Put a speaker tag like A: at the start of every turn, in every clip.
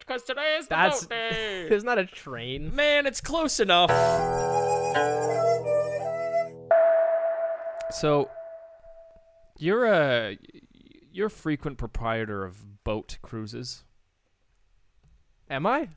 A: because today is the
B: That's
A: boat day.
B: there's not a train.
A: Man, it's close enough. So, you're a you're a frequent proprietor of boat cruises.
B: Am I?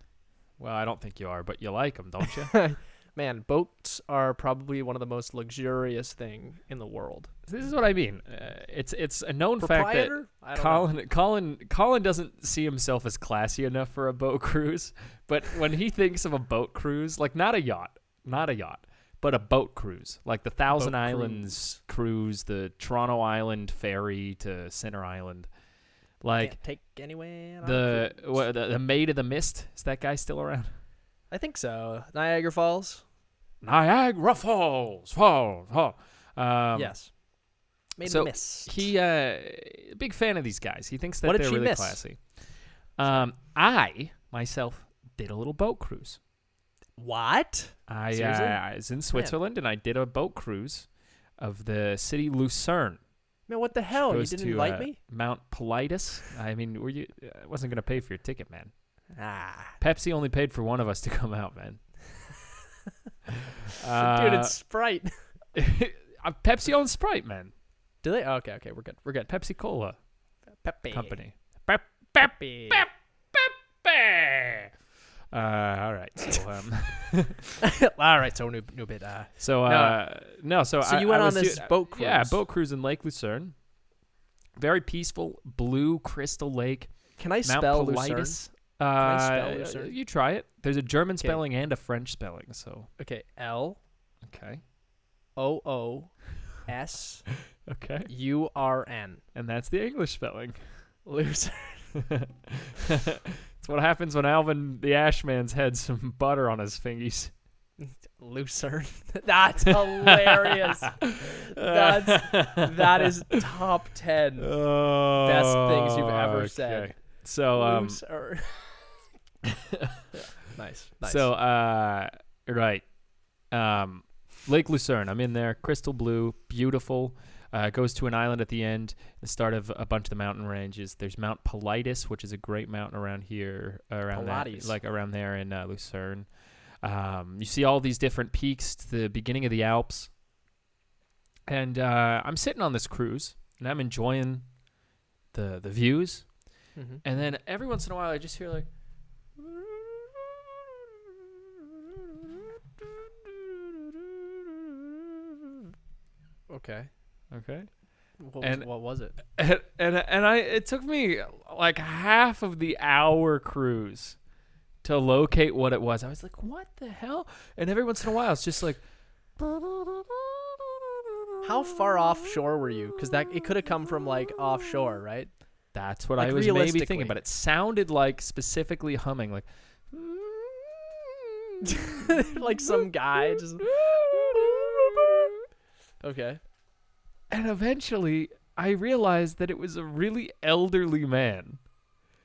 A: Well, I don't think you are, but you like them, don't you?
B: Man, boats are probably one of the most luxurious thing in the world.
A: this is what I mean. Uh, it's it's a known fact
B: Proprietor? I
A: that
B: don't know.
A: Colin Colin Colin doesn't see himself as classy enough for a boat cruise, but when he thinks of a boat cruise, like not a yacht, not a yacht, but a boat cruise, like the Thousand
B: Boat
A: Islands cruise. the Toronto Island ferry to Center Island, like
B: Can't take anywhere. on
A: the
B: a cruise.
A: what the, the Maid of the Mist is that guy still around?
B: I think so. Niagara Falls.
A: Niagara Falls, Falls, Falls. Um,
B: yes. Made
A: so
B: a miss.
A: He uh, big fan of these guys. He thinks that
B: What did
A: they're
B: she
A: really
B: miss?
A: classy. Um, I myself did a little boat cruise.
B: what?
A: I, uh,
B: Seriously?
A: I was in Switzerland and I did a boat cruise of the city Lucerne.
B: Man, what the hell? Oh, You
A: Goes
B: didn't
A: to,
B: invite
A: uh,
B: me?
A: Mount Politus. I mean, were you? I wasn't gonna pay for your ticket, man. uh,
B: Ah.
A: Pepsi only paid for one of us to come out, man.
B: Ah, Dude,
A: Uh,
B: it's Sprite.
A: uh, Pepsi owns Sprite, man.
B: Do they? Oh, okay, okay, we're good. We're good.
A: Pepsi Cola
B: Pepe.
A: Company.
B: Pepe.
A: Pepe. Uh, all right. So, um,
B: All right, so new, new bit. Uh,
A: so uh, no. So,
B: So
A: I,
B: you went
A: I
B: on
A: was
B: this
A: doing-
B: boat
A: Yeah,
B: cruise.
A: boat cruise in Lake Lucerne. Very peaceful, blue crystal lake.
B: can I
A: Mount
B: spell Lucerne?
A: Politus. Uh,
B: spell Lucerne?
A: You try it. There's a German
B: Okay.
A: spelling and a French spelling. So
B: Okay, L
A: okay,
B: O O S
A: okay,
B: U R N.
A: and that's the English spelling.
B: Lucerne.
A: it's what happens when Alvin the Ashman's had some butter on his fingies.
B: Lucerne. That's hilarious. That's that is top ten.
A: Best
B: things you've ever said. Oh,
A: So um
B: Lucerne. nice, nice.
A: so uh right. Um Lake Lucerne, I'm in there, crystal blue, beautiful. Uh, goes to an island at the end, the start of a bunch of the mountain ranges. There's Mount Politus, which is a great mountain around here, around that,
B: Pilates.
A: like around there in uh, Lucerne. Um, you see all these different peaks to the beginning of the Alps. And uh, I'm sitting on this cruise and I'm enjoying the the views.
B: Mhm.
A: And then every once in a while, I just hear like.
B: okay,
A: Okay.
B: what was,
A: And-
B: what was it?
A: And, and and I it took me like half of the hour cruise to locate what it was. I was like, "What the hell?" And every once in a while, it's just like.
B: How far offshore were you? Because that it could have come from like offshore, right?
A: That's what I
B: Like,
A: was maybe thinking,
B: realistically.
A: but it sounded like specifically humming, like.
B: like some guy just okay.
A: And eventually, I realized that it was a really elderly man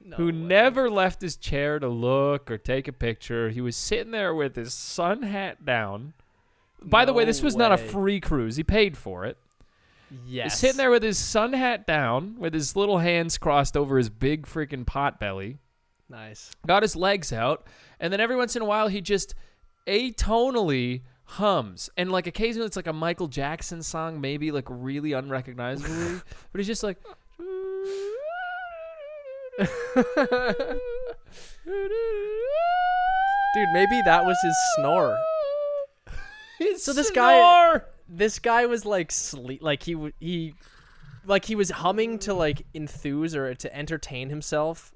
B: No
A: who
B: way.
A: never left his chair to look or take a picture. He was sitting there with his sun hat down. By the way,
B: No
A: this was not a
B: way.
A: free cruise. He paid for it.
B: yes
A: He's sitting there with his sun hat down, with his little hands crossed over his big freaking pot belly.
B: nice.
A: got his legs out, and then every once in a while he just atonally hums. And like occasionally it's like a Michael Jackson song, maybe like really unrecognizably, but he's just like
B: Dude, maybe that was his snore. So this guy- This guy was like sleep, like he w- he, like he was humming to like enthuse or to entertain himself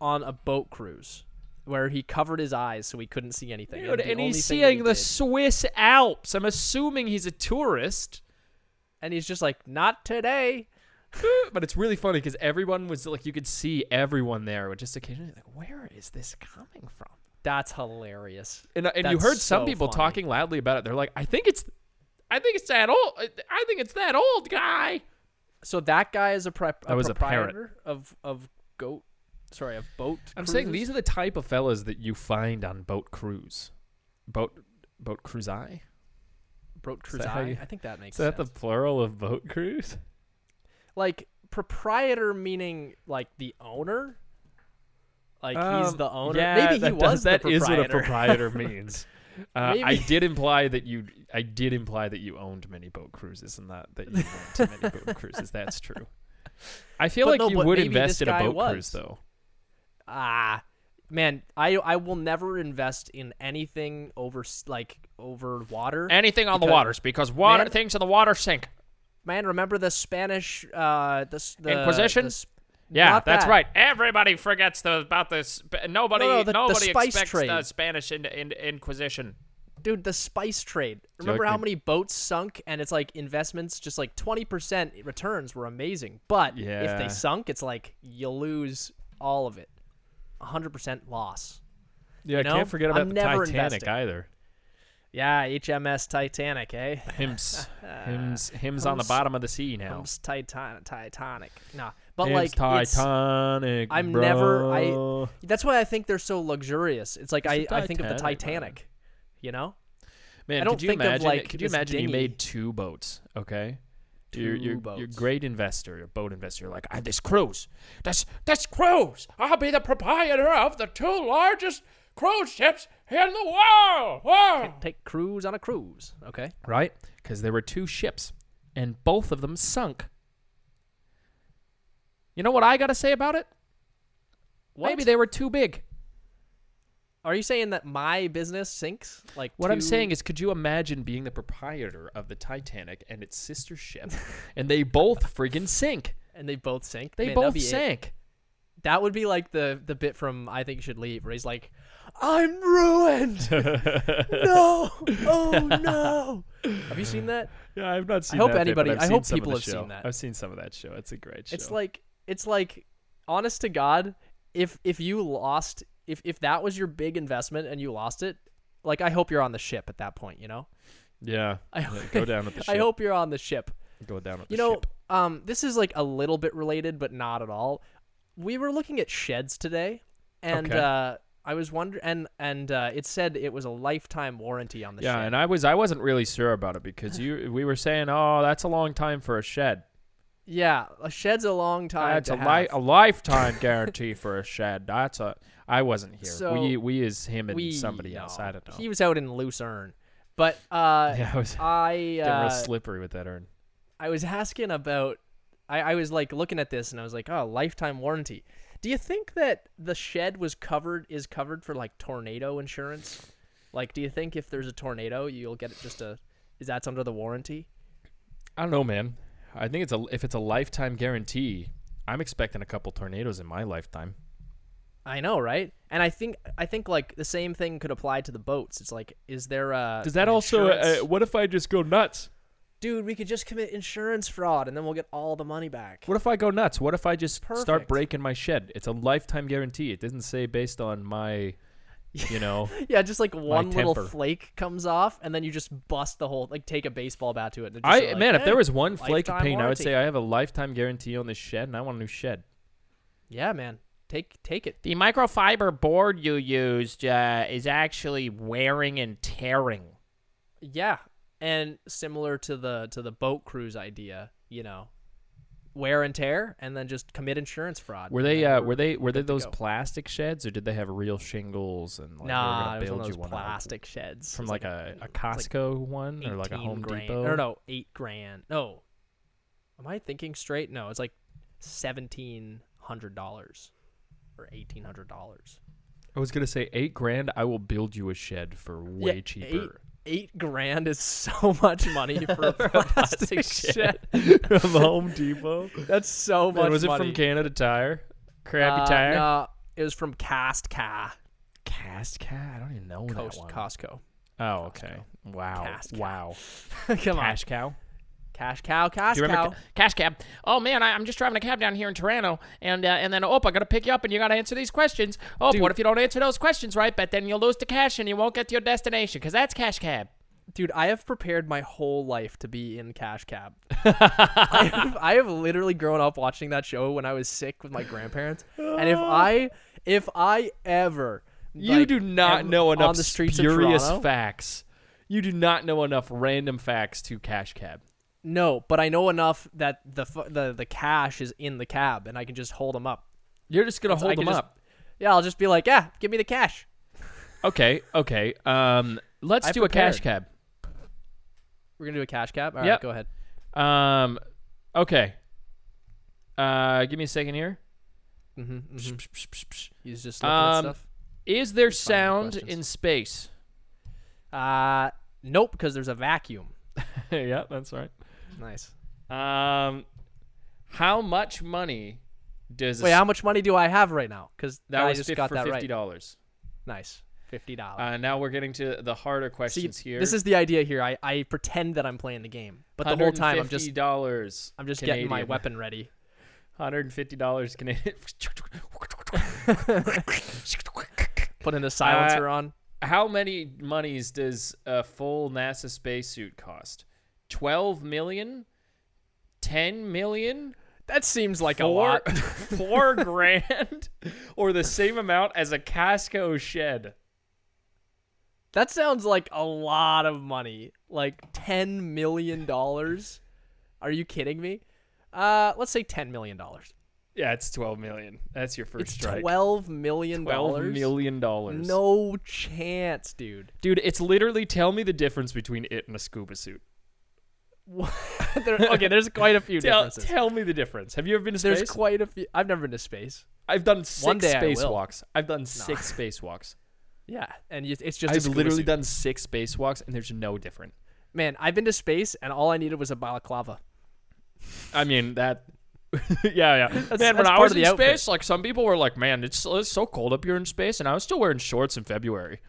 B: on a boat cruise, where he covered his eyes so he couldn't see anything.
A: Dude,
B: the
A: and
B: only
A: he's
B: thing that he
A: seeing the
B: did-
A: Swiss Alps. I'm assuming he's a tourist.
B: and he's just like, not today.
A: but it's really funny because everyone was like, you could see everyone there, but just occasionally like, where is this coming from?
B: That's hilarious.
A: and and you
B: That's
A: heard some
B: so
A: people
B: funny.
A: talking loudly about it. They're like, I think it's, I think it's that old, I think it's that old guy.
B: So that guy is a prep.
A: That was a parrot.
B: proprietor of of goat. Sorry, of boat.
A: I'm saying
B: cruises?
A: these are the type of fellas that you find on boat cruise, boat boat cruise eye.
B: boat
A: Is
B: cruise.
A: that how you-
B: I think that makes
A: Is that the
B: sense.
A: plural of boat cruise?
B: like proprietor meaning like the owner Like he's
A: Um,
B: the owner.
A: Yeah,
B: Maybe he
A: that does-
B: was the
A: that is
B: proprietor.
A: what a proprietor means. Uh, I
B: Maybe.
A: did imply that you. I did imply that you owned many boat cruises and not that you went to many boat cruises. That's true. I feel
B: But
A: like
B: no,
A: you
B: but
A: would
B: maybe this
A: invest in a
B: guy
A: boat cruise
B: was.
A: though.
B: ah man, I I will never invest in anything over s- like over water.
A: Anything on
B: Because-
A: the waters because water
B: Man-
A: things in the water sink.
B: man, remember the Spanish uh the, s- the
A: Inquisition?
B: the s-
A: Yeah,
B: not
A: that's
B: that.
A: right. Everybody forgets the, about this. Nobody,
B: No, no, the- the
A: nobody
B: spice
A: expects
B: trade.
A: the Spanish in, in, Inquisition.
B: Dude, the spice trade. Remember how
A: Joking.
B: many boats sunk and it's like investments just like 20% returns were amazing. But if
A: Yeah.
B: they sunk, it's like you lose all of it. 100% loss.
A: Yeah,
B: You know? I'm never investing.
A: either.
B: Yeah, HMS Titanic, eh?
A: Hims, hims, hims on the
B: Hims-
A: bottom of the sea now.
B: Comes Titan- Titanic. Nah, but
A: Hims
B: like it's-
A: Titanic.
B: I'm never- I-
A: bro.
B: that's why I think they're so luxurious. It's like I,
A: It's the
B: I think of the
A: Titanic, man.
B: Titanic, you know?
A: Man,
B: I don't
A: could you
B: think of,
A: imagine? it-
B: like,
A: could you
B: this
A: imagine you
B: dinghy.
A: made two boats? Okay. you're, you're,
B: Two
A: you're
B: boats.
A: great investor, you're a boat investor. You're like, I this cruise, this this cruise. I'll be the proprietor of the two largest cruise ships in the world. world.
B: Take cruise on a cruise, okay?
A: right? Because there were two ships, and both of them sunk. You know what I got to say about it?
B: What?
A: Maybe they were too big.
B: Are you saying that my business sinks? Like
A: What I'm
B: two-
A: saying is, could you imagine being the proprietor of the Titanic and its sister ship, and they both friggin' sink?
B: and they both sink.
A: They
B: Man, that'd
A: both
B: be it.
A: sank.
B: That would be like the the bit from I think you should leave, where he's like, "I'm ruined. no, oh no." Have you seen that?
A: Yeah, I've not seen.
B: hope
A: that bit,
B: anybody-
A: but I've
B: I
A: seen
B: hope
A: some of
B: people
A: the
B: have
A: show.
B: seen that.
A: I've seen some of that show. It's a great show.
B: It's like it's like, honest to God, if if you lost, if if that was your big investment and you lost it, like I hope you're on the ship at that point. You know,
A: yeah,
B: I
A: Yeah,
B: hope-
A: go down with the ship.
B: I hope you're on the ship.
A: go down with
B: You
A: the
B: know,
A: ship.
B: um, this is like a little bit related, but not at all. We were looking at sheds today, and
A: Okay.
B: uh, I was wondering, and and uh, it said it was a lifetime warranty on the
A: Yeah,
B: shed.
A: and I was I wasn't really sure about it because you we were saying, oh, that's a long time for a shed.
B: yeah, a shed's a long time.
A: That's
B: to
A: a li-
B: have.
A: a lifetime guarantee for a shed. That's a. I wasn't here.
B: So,
A: we we is him and
B: we
A: somebody
B: no.
A: else. I don't know.
B: He was out in Lucerne, but uh,
A: yeah, I was
B: I
A: getting real
B: uh,
A: slippery with that urn.
B: I was asking about. I, I was like looking at this and I was like, oh, lifetime warranty. Do you think that the shed was covered is covered for like tornado insurance? Like, do you think if there's a tornado, you'll get just a? Is that under the warranty?
A: I don't know, man. I think it's a if it's a lifetime guarantee. I'm expecting a couple tornadoes in my lifetime.
B: I know, right? And I think I think like the same thing could apply to the boats. It's like, is there a?
A: Does that
B: an
A: also? Uh,
B: insurance-
A: what if I just go nuts?
B: dude? We could just commit insurance fraud and then we'll get all the money back.
A: What if I go nuts? What if I just start
B: Perfect.
A: breaking my shed? It's a lifetime guarantee. It doesn't say based on my, you know.
B: Yeah, just like one little
A: temper.
B: flake comes off and then you just bust the whole like take a baseball bat to it. And just
A: I
B: say, like, "Eh."
A: man, if there
B: "Hey,
A: was one flake of
B: lifetime
A: paint, I would
B: warranty."
A: say I have a lifetime guarantee on this shed, and I want a new shed.
B: Yeah, man. Take take it.
A: The microfiber board you used uh, is actually wearing and tearing.
B: Yeah. And similar to the to the boat cruise idea, you know, wear and tear and then just commit insurance fraud.
A: Were
B: and
A: they
B: then
A: uh,
B: we're-
A: were they were they
B: good to
A: those
B: go.
A: plastic sheds or did they have real shingles and like we were
B: Nah,
A: gonna
B: it was one
A: build
B: of those
A: you one out of-
B: plastic sheds.
A: from
B: It was
A: like a, a
B: it was
A: Costco one or like a
B: 18
A: Home
B: grand.
A: Depot?
B: Or no, eight grand. No. Am I thinking straight? No, it's like seventeen hundred dollars or eighteen hundred dollars.
A: I was gonna say eight grand. I will build you a shed for way
B: eight-
A: cheaper.
B: Eight grand is so much money for a plastic shed.
A: from Home Depot.
B: That's so much
A: Man, was it
B: money.
A: from Canada Tire? Crappy
B: Uh,
A: Tire.
B: No, it was from Costco.
A: Cast cat. I don't even know that
B: Coast
A: one.
B: Costco.
A: Oh, okay. Wow.
B: Cast Cow.
A: wow.
B: Come on,
A: Cash cow.
B: cash cow, cash
A: Do you remember
B: cow.
A: ca- cash cab? Oh man, I, I'm just driving a cab down here in Toronto, and uh, and then oh, I gotta pick you up, and you gotta answer these questions. Oh, but what if you don't answer those questions right? But then you'll lose the cash, and you won't get to your destination, cause that's cash cab.
B: Dude, I have prepared my whole life to be in Cash Cab. I, have, I have literally grown up watching that show when I was sick with my grandparents. And if I, if I ever, like, am on the streets of Toronto-
A: facts. You do not know enough random facts to cash cab.
B: No, but I know enough that the fu- the the cash is in the cab, and I can just hold them up.
A: You're just gonna
B: I
A: hold
B: can
A: them
B: just-
A: up.
B: Yeah, I'll just be like, yeah, give me the cash.
A: Okay, okay. Um, let's
B: I
A: do a cash cab.
B: We're gonna do a cash cab. All right,
A: Yep.
B: go ahead.
A: Um, okay. Uh, give me a second here.
B: Mm-hmm, He's just looking at
A: Um,
B: stuff.
A: Is there
B: Just finding
A: sound
B: questions.
A: in space?
B: Uh, nope, because there's a vacuum.
A: yeah, that's right.
B: Nice.
A: Um, how much money does a
B: Wait,
A: s-
B: how much money do I have right now? Because
A: that
B: I
A: was
B: just
A: fif-
B: got
A: for
B: that
A: fifty
B: right.
A: dollars?
B: Nice, fifty dollars.
A: Uh, now we're getting to the harder questions here.
B: This is the idea here. I, I pretend that I'm playing the game, but the whole time I'm just
A: dollars.
B: I'm just getting my weapon ready.
A: Hundred and fifty dollars Canadian.
B: Putting
A: Uh,
B: the silencer on.
A: How many monies does a full NASA spacesuit cost? Twelve million. Ten million.
B: That seems like a
A: Four,
B: lot.
A: four grand, or the same amount as a Casco shed.
B: That sounds like a lot of money. Like ten million dollars. Are you kidding me? Uh, let's say ten million dollars.
A: Yeah, it's twelve million. That's your first
B: It's
A: strike.
B: twelve million
A: Twelve
B: dollars.
A: million dollars.
B: No chance, dude.
A: dude, it's literally tell me the difference between it and a scuba suit.
B: What? there, okay, there's quite a few
A: Tell,
B: differences.
A: tell me the difference. Have you ever been to space?
B: there's quite a few. I've never been to space.
A: I've done six
B: One day I will.
A: spacewalks. I've done six spacewalks.
B: Yeah, and y- it's just a
A: I've
B: scuba
A: literally
B: suit.
A: done six spacewalks, and there's no different.
B: Man, I've been to space and all I needed was a balaclava.
A: I mean that. yeah, yeah. man,
B: that's
A: when I
B: part
A: was
B: of
A: in
B: the outfit.
A: space, like some people were like, "Man, it's, it's so cold up here in space," and I was still wearing shorts in February.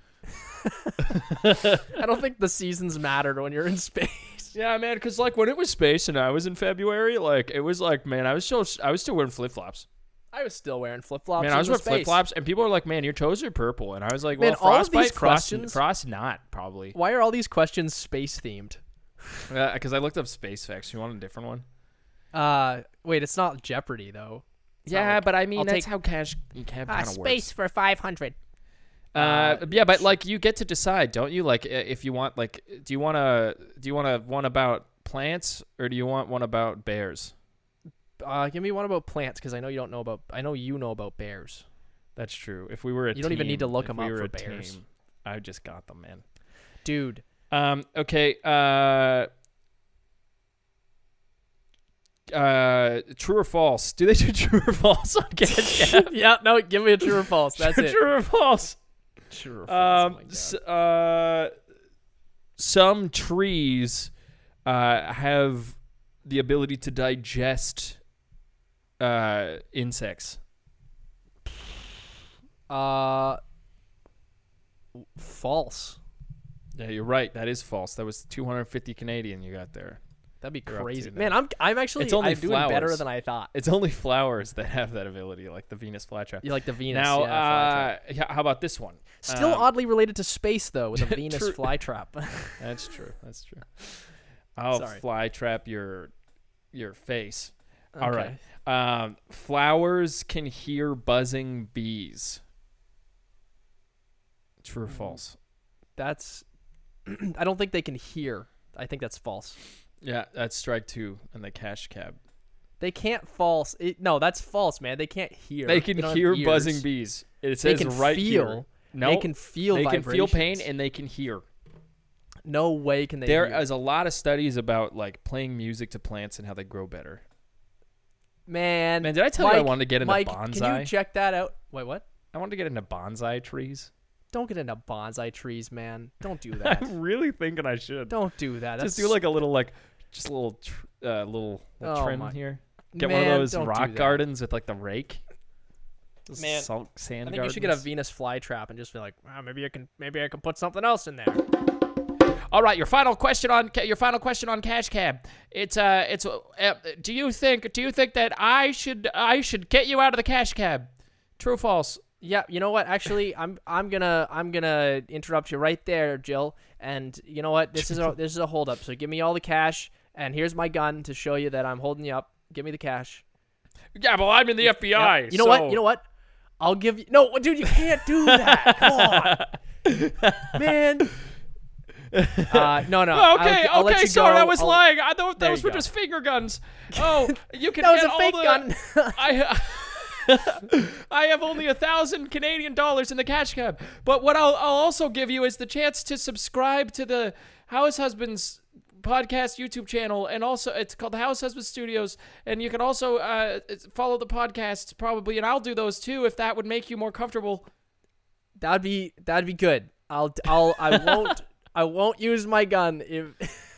B: I don't think the seasons mattered when you're in space.
A: Yeah, man, because like when it was space and I was in February, like it was like, man, I was still I was still wearing flip flops.
B: I was still wearing flip flops.
A: Man, I was wearing flip flops, and people are like, "Man, your toes are purple," and I was like, "Well,
B: Man, all of
A: frostbite,
B: these
A: frost,
B: questions-
A: frost, not probably."
B: Why are all these questions space themed?
A: Because I looked up space facts. You want a different one?
B: Uh, wait, it's not Jeopardy though.
A: yeah, but I mean,
B: I'll
A: that's
B: take-
A: how cash cab kind of works.
B: ah, for five hundred.
A: Uh, yeah, but like you get to decide, don't you? Like, i- if you want, like, do you want to do you want to one about plants or do you want one about bears?
B: Uh, give me one about plants because I know you don't know about. I know you know about bears.
A: That's true. If we were a
B: You don't even need
A: team,
B: to look
A: if
B: 'em
A: we
B: up
A: were
B: for
A: a
B: bears.
A: team, I just got them, man.
B: Dude,
A: Um. Okay. Uh. Uh, true or false? Do they do true or false on Cash App?
B: yeah, no, give me a true or false. That's
A: true,
B: it.
A: or false?
B: True or
A: Um, s- uh, some trees uh, have the ability to digest uh, insects.
B: uh, w- false.
A: Yeah, you're right. That is false. That was 250 Canadian you got there.
B: That'd be
A: You're up to
B: crazy,
A: that.
B: man. I'm I'm actually
A: It's only
B: I'm doing better
A: flowers.
B: than I thought.
A: It's only flowers that have that ability, like the Venus flytrap.
B: You like the Venus?
A: now,
B: yeah, flytrap.
A: uh, yeah, how about this one?
B: Still
A: Um,
B: oddly related to space, though, with a Venus
A: True.
B: flytrap.
A: That's true. That's true. I'll
B: Sorry.
A: fly trap your your face. All
B: Okay.
A: right. Um, flowers can hear buzzing bees. True or false?
B: That's. I don't think they can hear. I think that's false.
A: Yeah, that's strike two in the cash cab.
B: They can't false. It, no, that's false, man. They can't hear.
A: They can
B: don't have
A: hear
B: ears.
A: buzzing bees. It
B: They
A: says
B: can
A: right
B: feel.
A: here. No,
B: They can feel.
A: they can feel pain
B: vibrations.
A: and they can hear.
B: no way can they.
A: There
B: hear.
A: is a lot of studies about like playing music to plants and how they grow better.
B: man.
A: Man, did I tell you I
B: Mike-
A: wanted to get into
B: Mike, Can you
A: bonsai?
B: check that out? Wait, what?
A: I wanted to get into bonsai trees.
B: Don't get into bonsai trees, man. Don't do that.
A: I'm really thinking I should.
B: don't do that. That's,
A: just do like a little like just a little tr- uh, little, little
B: Oh
A: trim
B: my-
A: here. Get one
B: Man,
A: of those
B: don't do
A: rock
B: that.
A: gardens with like the rake. Those
B: Man,
A: salt sand
B: I think you should get a
A: gardens.
B: Venus flytrap and just be like, "Ah, maybe I can, maybe I can put something else in there.
A: All right, your final question on ca- your final question on Cash Cab. It's uh, it's uh, uh, do you think do you think that I should I should get you out of the Cash Cab? True or false?
B: Yeah, you know what? Actually, I'm I'm gonna I'm gonna interrupt you right there, Jill. And you know what? This is a this is a holdup. So give me all the cash, and here's my gun to show you that I'm holding you up. Give me the cash.
A: Yeah, well, I'm in the
B: You know-
A: FBI.
B: you know what? You know what? I'll give you. No, dude, you can't do that. Come on, man. Uh, no, no. I'll-
A: Oh, Okay,
B: I'll let
A: okay,
B: you
A: sorry,
B: go.
A: I was
B: I'll-
A: lying. I thought
B: There
A: those
B: you
A: were
B: go.
A: just finger guns. Oh, you can
B: That was
A: get
B: a
A: all
B: fake
A: the-
B: gun.
A: I I have only a thousand Canadian dollars in the cash cab, but what I'll, I'll also give you is the chance to subscribe to the House Husbands podcast YouTube channel, and also it's called the House Husbands Studios, and you can also uh, it's- follow the podcast probably, and I'll do those too if that would make you more comfortable.
B: That'd be that'd be good. I'll I'll I won't I won't use my gun if